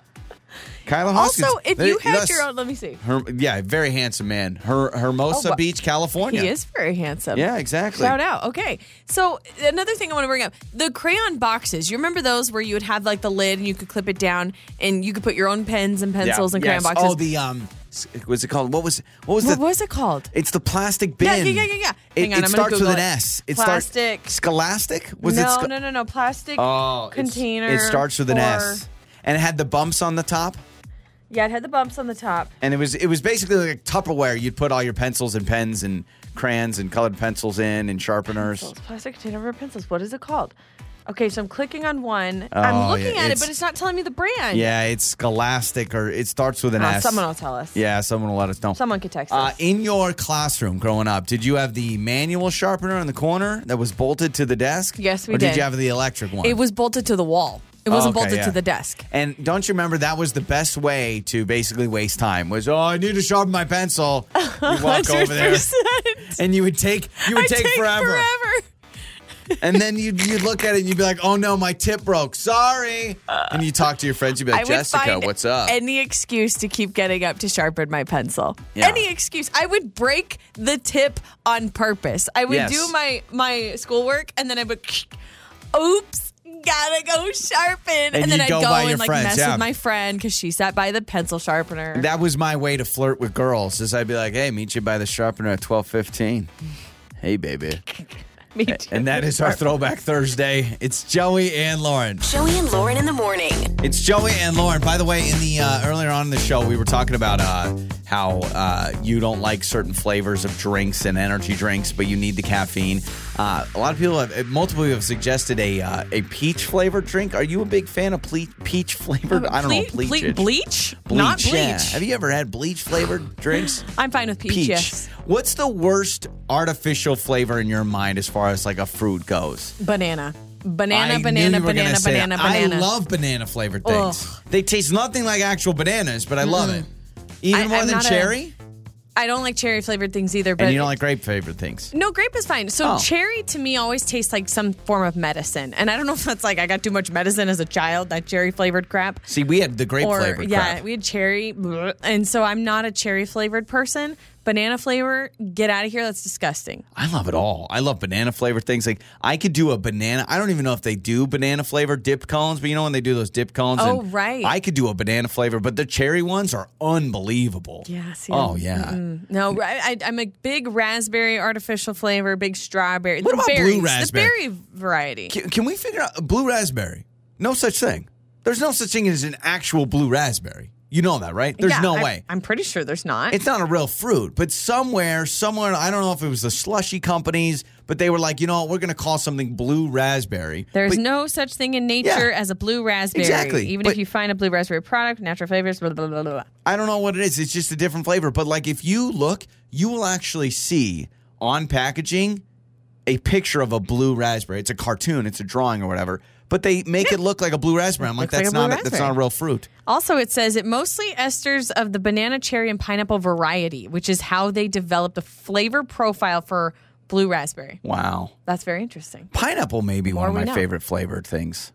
Kyler Hoskins.
Also, if
They-
you had
that's-
your own, let me see.
Her, yeah, very handsome man. Her Hermosa
Oh, wha-
Beach, California.
He is very handsome.
Yeah, exactly.
Shout out. Okay. So another thing I want to bring up the crayon boxes. You remember those where you would have like the lid and you could clip it down and you could put your own pens and
Yeah,
pencils and
yes.
crayon boxes.
Oh, the um, s- what's it called? What was what was
what
the?
was it called?
It's the plastic bin.
Yeah, yeah, yeah, yeah, yeah.
It,
Hang on,
it
I'm gonna
starts with
Google
an
it.
S. It
Plastic.
Starts, Scholastic? Was it?
no,
scho-
no, no, no. Plastic
Oh, it's-
container.
It starts with an
or-
S, and it had the bumps on the top.
Yeah, it had the bumps on the top.
And it was it was basically like Tupperware. You'd put all your pencils and pens and crayons and colored pencils in and sharpeners.
Pencils, plastic container for pencils. What is it called? Okay, so I'm clicking on one.
Oh,
I'm looking
yeah,
at it,
it's-
but it's not telling me the brand.
Yeah, it's Scholastic or it starts with an
Uh,
S.
someone will tell us.
Yeah, someone will let us know.
Someone could text
Uh,
us.
in your classroom growing up, did you have the manual sharpener in the corner that was bolted to the desk?
Yes, we
or did.
did.
you have the electric one?
It was bolted to the wall. It
Oh,
wasn't
okay,
bolted
yeah.
to the desk.
And don't you remember that was the best way to basically waste time? Was oh, I need to sharpen my pencil. You walk over there,
100%.
and you would take you would
I
take, and then you'd, you'd look at it and you'd be like, oh no, my tip broke. Sorry. And you talk to your friends, you'd be
I
like,
would
Jessica,
find
what's up?
Any excuse to keep getting up to sharpen my pencil.
Yeah.
Any excuse. I would break the tip on purpose. I would
Yes.
do my my schoolwork and then I would oops, gotta go sharpen. And,
you'd
then I'd
go
go,
by your
and like
friends,
mess
yeah.
with my friend because she sat by the pencil sharpener.
that was my way to flirt with girls is I'd be like, hey, meet you by the sharpener at 1215. Hey, baby.
Me too.
And that is our Throwback Thursday. It's Joey and Lauren.
Joey and Lauren in the morning.
It's Joey and Lauren. By the way, in the uh, earlier on in the show, we were talking about uh, how uh, you don't like certain flavors of drinks and energy drinks, but you need the caffeine. Uh, a lot of people have, multiple people have suggested a uh, a peach flavored drink. Are you a big fan of ple- peach flavored? I don't know,
Ble-
bleach.
Oh, ble-
it-
bleach?
bleach,
Not bleach.
yeah. Have you ever had bleach flavored drinks?
I'm fine with peach,
Peach.
yes.
What's the worst artificial flavor in your mind as far as like a fruit goes?
Banana. Banana,
I knew
banana,
you were
banana,
gonna say
banana,
that.
banana.
I love banana flavored things. They taste nothing like actual bananas, but I love it. Even
Mm. I-
more
I'm
than
not a-
cherry?
I don't like cherry flavored things either, but
and you don't like grape flavored things.
No, grape is fine. So
Oh.
cherry to me always tastes like some form of medicine. And I don't know if that's like I got too much medicine as a child, that cherry flavored crap.
See, we had the grape
Or
flavored
yeah,
crap.
we had cherry bleh, and so I'm not a cherry flavored person. Banana flavor, get out of here, that's disgusting.
I love it all. I love banana flavored things. Like I could do a banana. I don't even know if they do banana flavored dip cones, but you know when they do those dip cones.
Oh,
and
right.
I could do a banana flavor, but the cherry ones are unbelievable.
Yeah, see,
oh
I'm-
yeah.
No, I, I, am a big raspberry artificial flavor, big strawberry.
What
the
about blue
berries,
raspberry?
The berry variety.
Can, can we figure out blue raspberry? No such thing. There's no such thing as an actual blue raspberry. You know that, right? There's
Yeah,
no
I'm-
way.
I'm pretty sure there's not.
it's not a real fruit, but somewhere, somewhere, I don't know if it was the slushy companies, but they were like, you know what, we're going to call something blue raspberry.
There's
But-
no such thing in nature
Yeah.
as a blue raspberry.
Exactly,
Even
but-
if you find a blue raspberry product, natural flavors, blah, blah, blah, blah. blah.
I don't know what it is. It's just a different flavor. But like, if you look, you will actually see on packaging a picture of a blue raspberry. It's a cartoon, it's a drawing or whatever. But they make it look like a blue raspberry. I'm like,
Looks like
that's
a blue
not a, that's
raspberry.
not a real fruit.
Also, it says it mostly esters of the banana, cherry, and pineapple variety, which is how they develop the flavor profile for blue raspberry.
Wow.
That's very interesting.
Pineapple may be one
More
of
we
my
know.
favorite flavored things.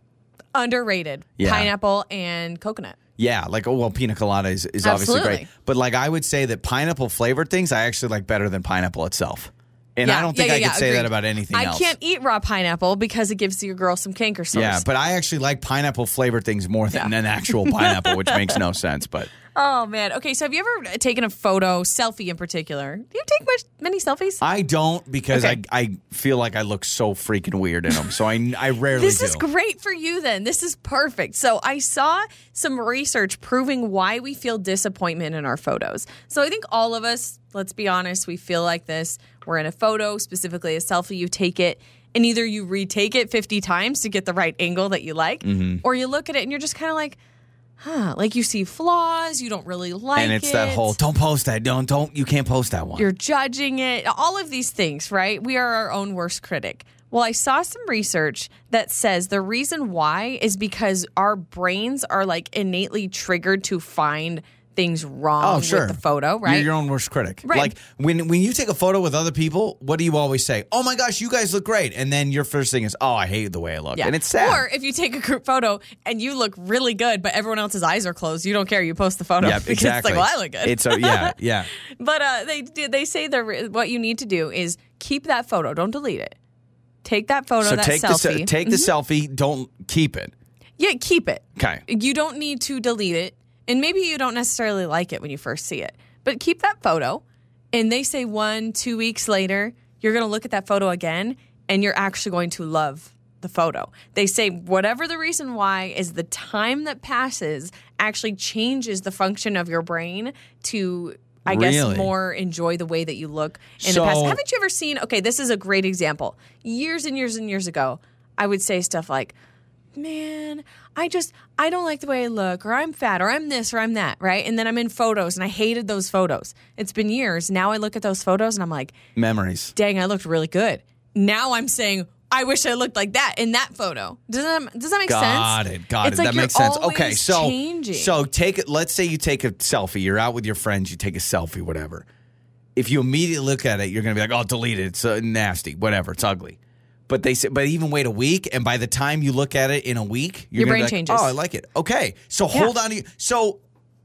Underrated.
Yeah.
Pineapple and coconut.
Yeah, like oh well, pina colada is, is obviously great,
Absolutely.
but like I would say that pineapple flavored things I actually like better than pineapple itself, and I don't think
yeah,
I
yeah,
could say that
agreed.
about anything
I
else.
can't eat raw pineapple because it gives your girl some canker sores.
yeah, but I actually like pineapple flavored things more than an actual pineapple, which makes no sense. But
oh, man. Okay, so have you ever taken a photo, selfie in particular? Do you take much, many selfies?
I don't because
Okay.
I I feel like I look so freaking weird in them, so I I rarely
This
do.
is great for you then. This is perfect. So I saw some research proving why we feel disappointment in our photos. So I think all of us, let's be honest, we feel like this. We're in a photo, specifically a selfie, you take it and either you
Mm-hmm.
retake it 50 times to get the right angle that you like or you look at it and you're just kind of like huh, like you see flaws, you don't really like
and it's that
it.
whole don't post that. Don't don't you can't post that one.
You're judging it, all of these things, right? We are our own worst critic. Well, I saw some research that says the reason why is because our brains are like innately triggered to find things wrong
oh sure.
with the photo, right?
You're your own worst critic.
Right.
Like when when you take a photo with other people, what do you always say? Oh my gosh, you guys look great. And then your first thing is, oh, I hate the way I look. And it's sad.
Or if you take a group photo and you look really good, but everyone else's eyes are closed, you don't care. You post the photo.
yeah,
"Oh, because
exactly.
It's like, well, I look good.
It's a, yeah, yeah.
But uh, they do, they say the re- what you need to do is keep that photo. Don't delete it. Take that photo,
so
that
take the
selfie. Mm-hmm.
se- take the selfie. Don't keep it.
yeah, keep it.
Okay.
You don't need to delete it, and maybe you don't necessarily like it when you first see it. But keep that photo, and they say one, two weeks later, you're going to look at that photo again, and you're actually going to love the photo. They say whatever the reason why is the time that passes actually changes the function of your brain to. I
Really?
guess more enjoy the way that you look in the past.
So-
Haven't you ever seen? Okay, this is a great example. Years and years and years ago, I would say stuff like, man, I just I don't like the way I look, or I'm fat, or I'm this, or I'm that, right? And then I'm in photos, and I hated those photos. It's been years. Now I look at those photos, and I'm like,
Memories.
dang, I looked really good. Now I'm saying. I wish I looked like that in that photo. Does that does that make
Got
sense?
it. Got it.
It's like
that
you're
makes sense.
always
Okay, so
changing.
so take it. Let's say you take a selfie. You're out with your friends. You take a selfie. Whatever. If you immediately look at it, you're gonna be like, "Oh, delete it. It's uh, nasty. Whatever. It's ugly." But they say, but even wait a week, and by the time you look at it in a week, you're
Your
gonna
brain
be like,
changes.
Oh, I like it. Okay, so hold on to you. So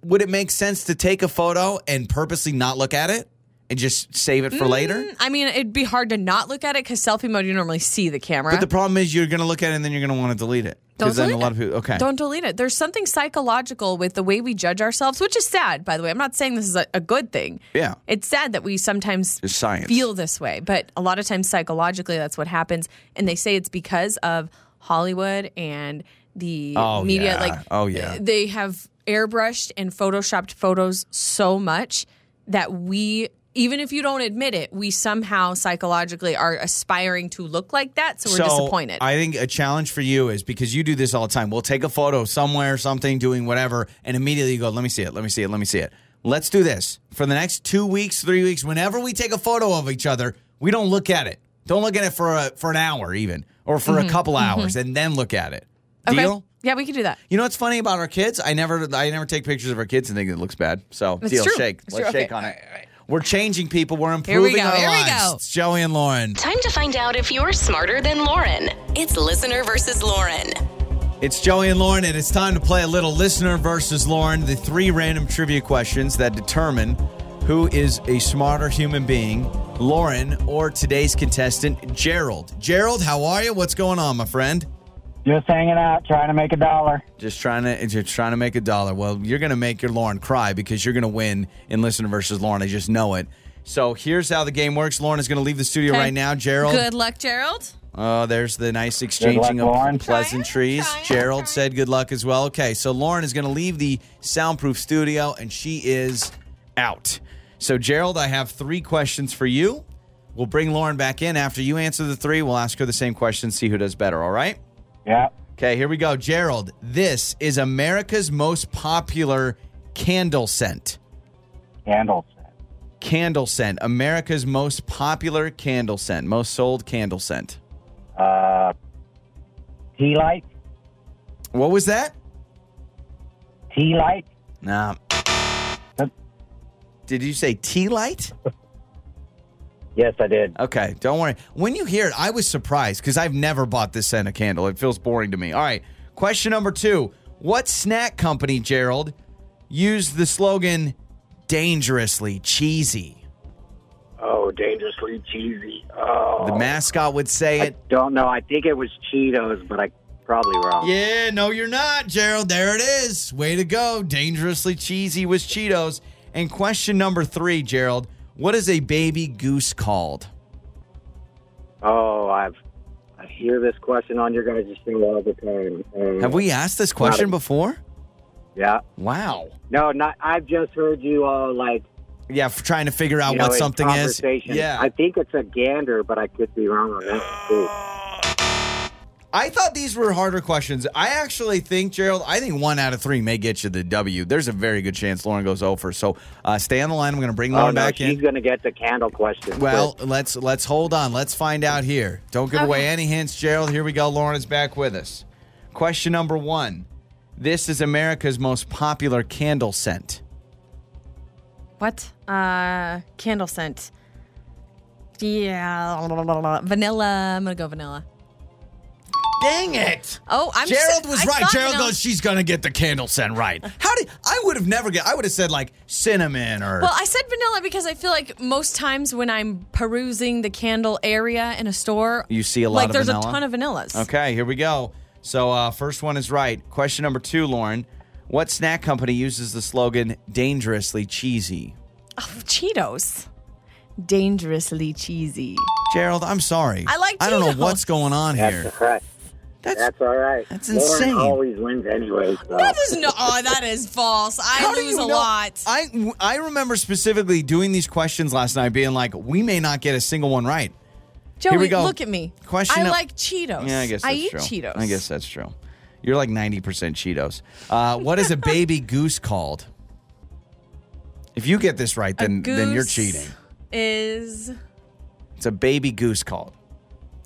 would it make sense to take a photo and purposely not look at it and just save it for later?
I mean, it'd be hard to not look at it because selfie mode you normally see the camera.
But the problem is you're gonna look at it and then you're gonna want to delete it because then a
delete
lot
it.
of people. Okay,
Don't delete it. There's something psychological with the way we judge ourselves, which is sad, by the way. I'm not saying this is a, a good thing.
Yeah.
It's sad that we sometimes
It's science.
feel this way, but a lot of times psychologically that's what happens. And they say it's because of Hollywood and the
Oh,
media.
yeah.
Like, eh,
Oh, yeah.
They have airbrushed and photoshopped photos so much that we. Even if you don't admit it, we somehow psychologically are aspiring to look like that, so we're disappointed.
I think a challenge for you is because you do this all the time. We'll take a photo somewhere, something, doing whatever, and immediately you go, let me see it, let me see it, let me see it. Let's do this. For the next two weeks, three weeks, whenever we take a photo of each other, we don't look at it. Don't look at it for a, for an hour even, or for a couple hours, and then look at it.
Mm-hmm. Okay?
Deal?
Yeah, we could do that.
You know what's funny about our kids? I never I never take pictures of our kids and think it looks bad. So
It's
deal,
true.
shake.
It's
Let's
true.
shake
Okay.
on it.
All right, all right.
We're changing people. We're
we
improving
go.
our
Here we
lives.
go.
It's Joey and Lauren.
Time to find out if you're smarter than Lauren. It's listener versus Lauren.
It's Joey and Lauren, and it's time to play a little listener versus Lauren. The three random trivia questions that determine who is a smarter human being, Lauren or today's contestant, Gerald. Gerald, how are you? What's going on, my friend?
Just hanging out, trying to make a dollar.
Just trying to just trying to make a dollar. Well, you're gonna make your Lauren cry because you're gonna win in listener versus Lauren. I just know it. So here's how the game works. Lauren is gonna leave the studio
Okay.
right now. Gerald,
Good luck, Gerald.
Oh, there's the nice exchanging
luck, Lauren.
of pleasantries.
Trying, trying,
Gerald
trying.
said good luck as well. Okay, so Lauren is going to leave the soundproof studio and she is out. So, Gerald, I have three questions for you. We'll bring Lauren back in. After you answer the three, we'll ask her the same question, see who does better, all right?
Yeah.
Okay, here we go. Gerald, this is America's most popular candle scent.
Candles.
Candle scent. America's most popular candle scent, most sold candle scent.
Uh, tea light.
What was that?
Tea light.
No.
Huh?
Did you say tea light?
Yes, I did.
Okay, don't worry. When you hear it, I was surprised because I've never bought this scent of candle. It feels boring to me. All right, question number two. What snack company, Gerald, used the slogan dangerously cheesy?
Oh, dangerously cheesy. Oh,
The mascot would say
I
it.
don't know. I think it was Cheetos, but I probably wrong.
Yeah, no, you're not, Gerald. There it is. Way to go. Dangerously cheesy was Cheetos. And question number three, Gerald. What is a baby goose called?
Oh, I've I hear this question on your guys' show all the time. Um,
Have we asked this question before?
Yeah.
Wow.
No, not. I've just heard you all like
Yeah, for trying to figure out
you
what
know, in
something is.
conversation.
Yeah. Oh,
I think it's a gander, but I could be wrong on that. Too.
I thought these were harder questions. I actually think, Gerald, I think one out of three may get you the W. There's a very good chance Lauren goes over. So uh, stay on the line. I'm going to bring Lauren
oh, no,
back
she's
in.
going to get the candle question.
Well, let's let's hold on. Let's find out here. Don't give away any hints, Gerald. Here we go. Lauren is back with us. Question number one. This is America's most popular candle scent.
What? Uh, candle scent. Yeah, vanilla. I'm gonna go vanilla.
Dang it!
Oh, I'm
Gerald
so-
was
I
right.
thought Uh-huh.
Gerald
vanilla-
goes, she's gonna get the candle scent right. How did I would have never get? I would have said like cinnamon or
Well, I said vanilla because I feel like most times when I'm perusing the candle area in a store,
You see a lot
like
of
there's
vanilla?
a ton of vanillas.
Okay, here we go. So, uh, first one is right. Question number two, Lauren. What snack company uses the slogan dangerously cheesy?
Oh, Cheetos, dangerously cheesy.
Gerald, I'm sorry.
I like
I don't know
Cheetos.
what's going on
That's
here.
all right.
That's-
That's, all right.
that's
Lauren
insane.
always wins anyway. So.
That is no. Oh, that is false. I
How do
lose
you
a
know-
lot.
I I remember specifically doing these questions last night being like, we may not get a single one right.
Joey,
we go.
look at me.
Question
I
num-
like Cheetos.
Yeah, I guess that's
eat
true.
Cheetos.
I guess that's true. You're like 90% Cheetos. Uh, what is a baby goose called? If you get this right,
A
then then you're
goose
cheating.
Is
It's a baby goose called.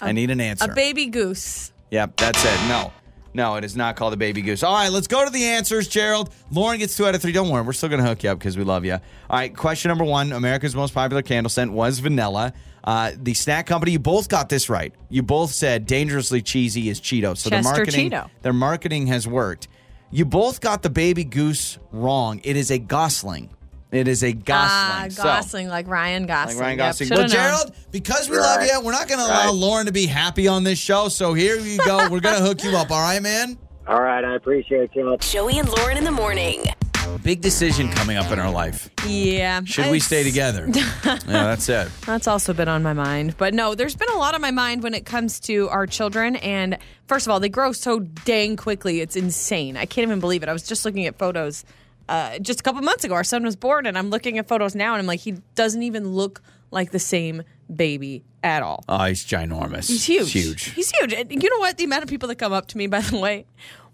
I need an answer.
a baby goose.
Yep, that's it. No. No, it is not called a baby goose. All right, let's go to the answers, Gerald. Lauren gets two out of three. Don't worry, we're still going to hook you up because we love you. All right, question number one America's most popular candle scent was vanilla. Uh, the snack company, you both got this right. You both said dangerously cheesy is Cheetos. So their
Chester
marketing,
Cheeto.
their marketing has worked. You both got the baby goose wrong. It is a gosling. It is a
Ah,
gosling. So-
Gosling, like Ryan Gosling.
like Ryan
Yep,
Gosling.
shoulda
Well,
known.
Gerald, because we love
Right.
you, we're not going to allow
Right.
Lauren to be happy on this show. So here you go. we're going to hook you up. All right, man.
All right, I appreciate you.
Joey and Lauren in the morning.
Big decision coming up in our life.
Yeah.
Should we
It's-
stay together? yeah, that's it.
That's also been on my mind. But no, there's been a lot on my mind when it comes to our children. And first of all, they grow so dang quickly. It's insane. I can't even believe it. I was just looking at photos uh, just a couple months ago. Our son was born, and I'm looking at photos now, and I'm like, he doesn't even look like the same baby at all.
Oh, he's ginormous.
He's huge.
Huge.
He's huge. And you know what? The amount of people that come up to me, by the way,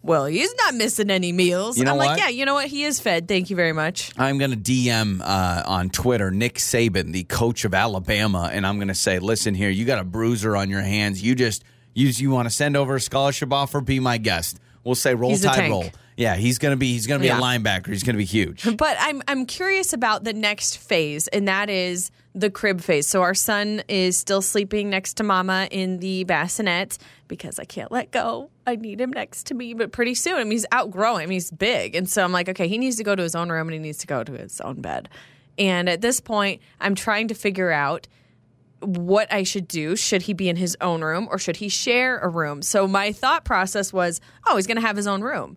well, he's not missing any meals.
You know
I'm
what?
like, yeah, you know what? He is fed. Thank you very much.
I'm going to DM uh, on Twitter Nick Saban, the coach of Alabama, and I'm going to say, "Listen here, you got a bruiser on your hands. You just you you want to send over a scholarship offer? Be my guest. We'll say roll
He's a
tide
tank.
roll. Yeah, he's going to be he's going to be
Yeah.
a linebacker. He's going to be huge.
But I'm I'm curious about the next phase, and that is the crib phase. So our son is still sleeping next to mama in the bassinet because I can't let go. I need him next to me, but pretty soon, I mean, he's outgrowing. him. He's big, and so I'm like, okay, he needs to go to his own room and he needs to go to his own bed. And at this point, I'm trying to figure out what I should do. Should he be in his own room or should he share a room? So my thought process was, oh, he's going to have his own room.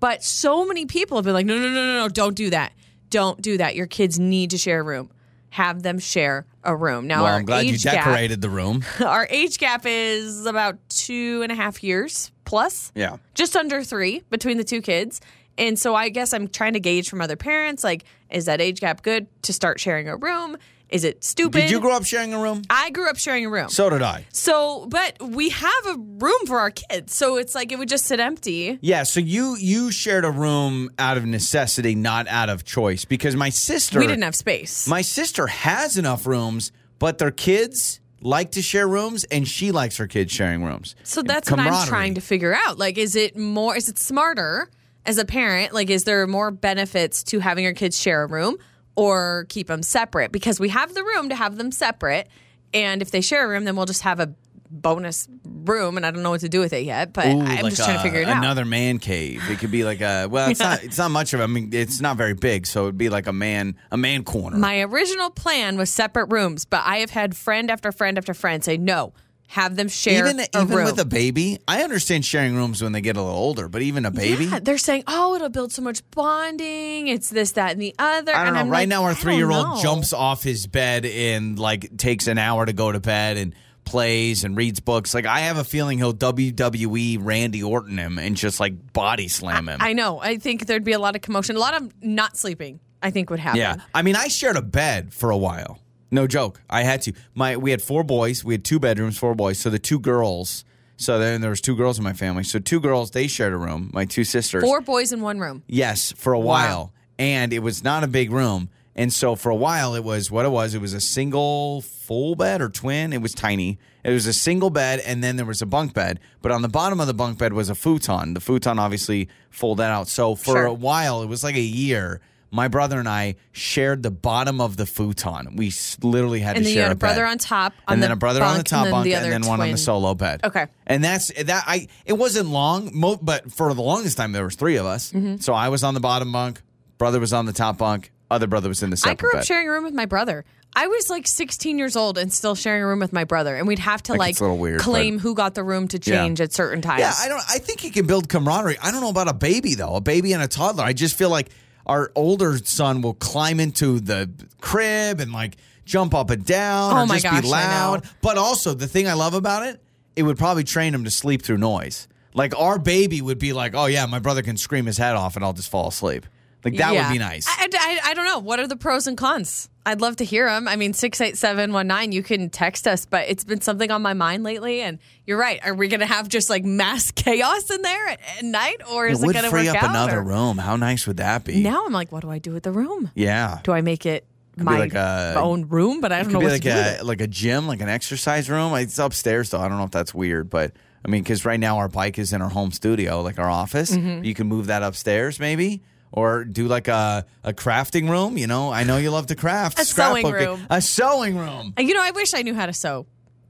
But so many people have been like, no, no, no, no, no, don't do that. Don't do that. Your kids need to share a room. Have them share a room. Now,
Well,
our
I'm glad you
age gap,
decorated the room.
our age gap is about two and a half years plus
Yeah.
just under three between the two kids. And so I guess I'm trying to gauge from other parents like, is that age gap good to start sharing a room? Is it stupid?
Did you grow up sharing a room?
I grew up sharing a room.
So did I.
So, but we have a room for our kids. So it's like it would just sit empty.
Yeah, so you you shared a room out of necessity, not out of choice, because my sister
We didn't have space.
my sister has enough rooms, but their kids like to share rooms, and she likes her kids sharing rooms.
so that's what I'm trying to figure out. Like, is it more, is it smarter as a parent? Like, is there more benefits to having your kids share a room or keep them separate? Because we have the room to have them separate. And if they share a room, then we'll just have a bonus room. And I don't know what to do with it yet, but
Ooh,
I'm
like
just trying
a-
to figure it out.
Another man cave. It could be like a well, it's not it's not much of. I mean, it's not very big, so it'd be like a man a man corner.
My original plan was separate rooms, but I have had friend after friend after friend say no. Have them share
even
a
even
room.
with a baby, I understand sharing rooms when they get a little older, but even a baby,
Yeah, they're saying, "Oh, it'll build so much bonding. It's this, that, and the other."
I don't
and
know.
I'm
right
like,
now, our
"I don't
three year old
know."
jumps off his bed and like takes an hour to go to bed and plays and reads books. Like I have a feeling he'll WWE Randy Orton him and just like body slam him.
I know. I think there'd be a lot of commotion. A lot of not sleeping. I think would happen.
yeah, I mean, I shared a bed for a while. No joke. I had to. My we had four boys. We had two bedrooms, four boys. So the two girls So then there was two girls in my family. So two girls, they shared a room. My two sisters.
Four boys in one room.
Yes, for a while. And it was not a big room. And so for a while, it was what it was. It was a single full bed or twin. It was tiny. It was a single bed, and then there was a bunk bed. But on the bottom of the bunk bed was a futon. The futon obviously folded out. So for
Sure.
a while, it was like a year. My brother and I shared the bottom of the futon. We s- literally had
and
to
then
share
you
a,
had a brother
bed.
on top, on
and
the
then a brother on the
bunk,
top
and then
bunk,
the
and
other
then one on the
twin.
solo bed.
Okay.
And that's that. I it wasn't long, mo- but for the longest time there was three of us.
Mm-hmm.
So I was on the bottom bunk, brother was on the top bunk, other brother was in the separate
I grew up
bed.
sharing a room with my brother. I was like 16 years old and still sharing a room with my brother, and we'd have to
Like,
like
it's a little weird,
claim
but-
who got the room to
Yeah.
change at certain times.
yeah, I don't. I think you can build camaraderie. I don't know about a baby though. A baby and a toddler. I just feel like our older son will climb into the crib and like jump up and down
Oh
or
my
just
gosh, I
be
know.
loud. But also the thing I love about it, it would probably train him to sleep through noise. Like our baby would be like, "Oh yeah, my brother can scream his head off and I'll just fall asleep." Like that
Yeah.
would be nice.
I, I, I don't know. What are the pros and cons? I'd love to hear them. I mean, 68719, you can text us, but it's been something on my mind lately. And you're right. Are we going to have just like mass chaos in there at, at night? Or is
it
it,
would
going to
free
work
up
out?
another
or-
room. How nice would that be?
Now I'm like, what do I do with the room?
Yeah.
Do I make it
Could be
my
like a-
own room? But I don't
Could
know
be
what
like
to do with
a like a gym, like an exercise room. It's upstairs though. I don't know if that's weird, but I mean, because right now our bike is in our home studio, like our office.
Mm-hmm.
You can move that upstairs, maybe, or do like a a crafting room. You know, I know you love to craft.
A sewing
scrapbooking.
room.
A sewing room.
it. You know, I wish I knew how to sew.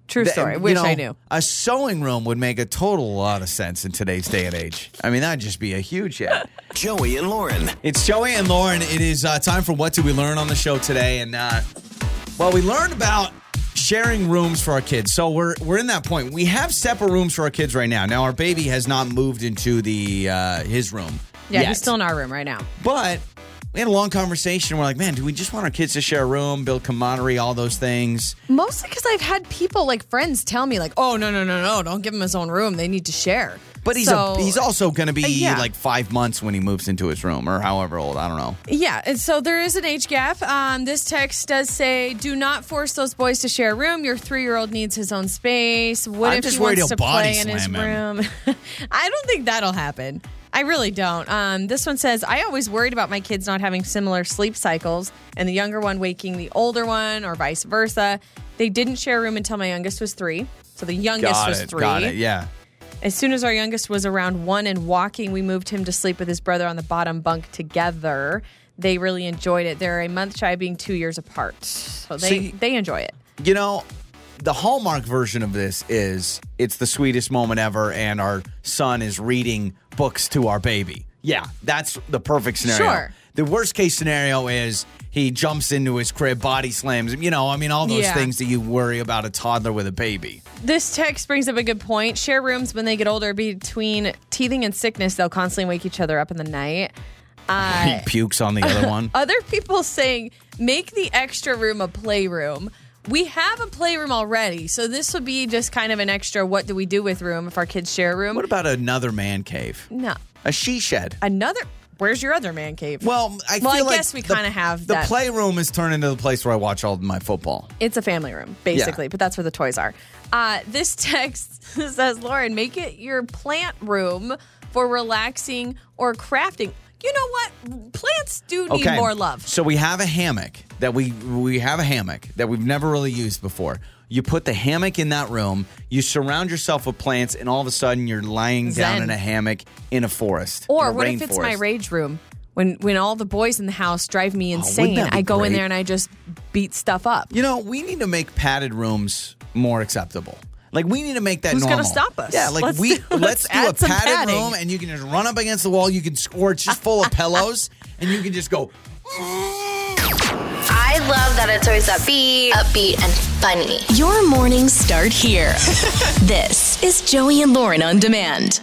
True
Th-
story. I
you
wish I
know,
knew.
A sewing room would make a total lot of sense in today's day and age. I mean, that'd just be a huge hit.
Joey and Lauren.
It's Joey and Lauren. It is uh, time for what did we learn on the show today? And uh, well, we learned about sharing rooms for our kids. So we're we're in that point. We have separate rooms for our kids right now. Now our baby has not moved into the uh, his room.
Yeah,
yet.
he's still in our room right now.
But we had a long conversation. We're like, man, do we just want our kids to share a room, build camaraderie, all those things?
Mostly because I've had people like friends tell me like, "Oh no no no no, don't give him his own room. They need to share."
But he's
so,
a, he's also going to be
Uh, yeah.
like five months when he moves into his room, or however old. I don't know.
yeah. And so there is an age gap. Um, this text does say, "Do not force those boys to share a room. Your three year old needs his own space. What
I'm
if
just
he
worried
wants to
he'll body
play in his
slam him.
room?" I don't think that'll happen. I really don't. Um, this one says, "I always worried about my kids not having similar sleep cycles and the younger one waking the older one, or vice versa. They didn't share a room until my youngest was three. So the youngest
got
was
it.
three.
Got it. Yeah.
As soon as our youngest was around one and walking, we moved him to sleep with his brother on the bottom bunk together. They really enjoyed it. They're a month shy of being two years apart. So they,
See-
they enjoy it.
You know, the Hallmark version of this is it's the sweetest moment ever, and our son is reading books to our baby. Yeah, that's the perfect scenario.
Sure.
The worst case scenario is he jumps into his crib, body slams him. You know, I mean, all those
Yeah.
things that you worry about a toddler with a baby.
This text brings up a good point. Share rooms when they get older. Between teething and sickness, they'll constantly wake each other up in the night.
he pukes on the other one.
Other people saying, make the extra room a playroom. We have a playroom already, so this would be just kind of an extra what do we do with room if our kids share a room.
What about another man cave?
no.
A she shed.
Another, where's your other man cave?
Well, I
Well, I
feel like
guess we
the-
kinda have
the
that.
playroom is turned into the place where I watch all of my football.
It's a family room, basically,
Yeah.
but that's where the toys are. Uh, this text says, Lauren, make it your plant room for relaxing or crafting. You know what? Plants do need more love.
So we have a hammock that we we have a hammock that we've never really used before. You put the hammock in that room. You surround yourself with plants, and all of a sudden you're lying down
Zen.
in a hammock in a forest.
Or
in a
what if it's my
rainforest. Oh,
rage room? When when all the boys in the house drive me
wouldn't
insane,
that be
I go in
great?
there and I just beat stuff up.
You know, we need to make padded rooms more acceptable. Like we need to make that
Who's gonna
normal.
stop us?
Yeah, like
Let's
we
do-
let's,
let's
do a
add some
padded
padding.
room, and you can just run up against the wall. You can score. It's just full of pillows, and you can just go.
I love that it's always upbeat, upbeat and funny.
Your mornings start here. this is Joey and Lauren on demand.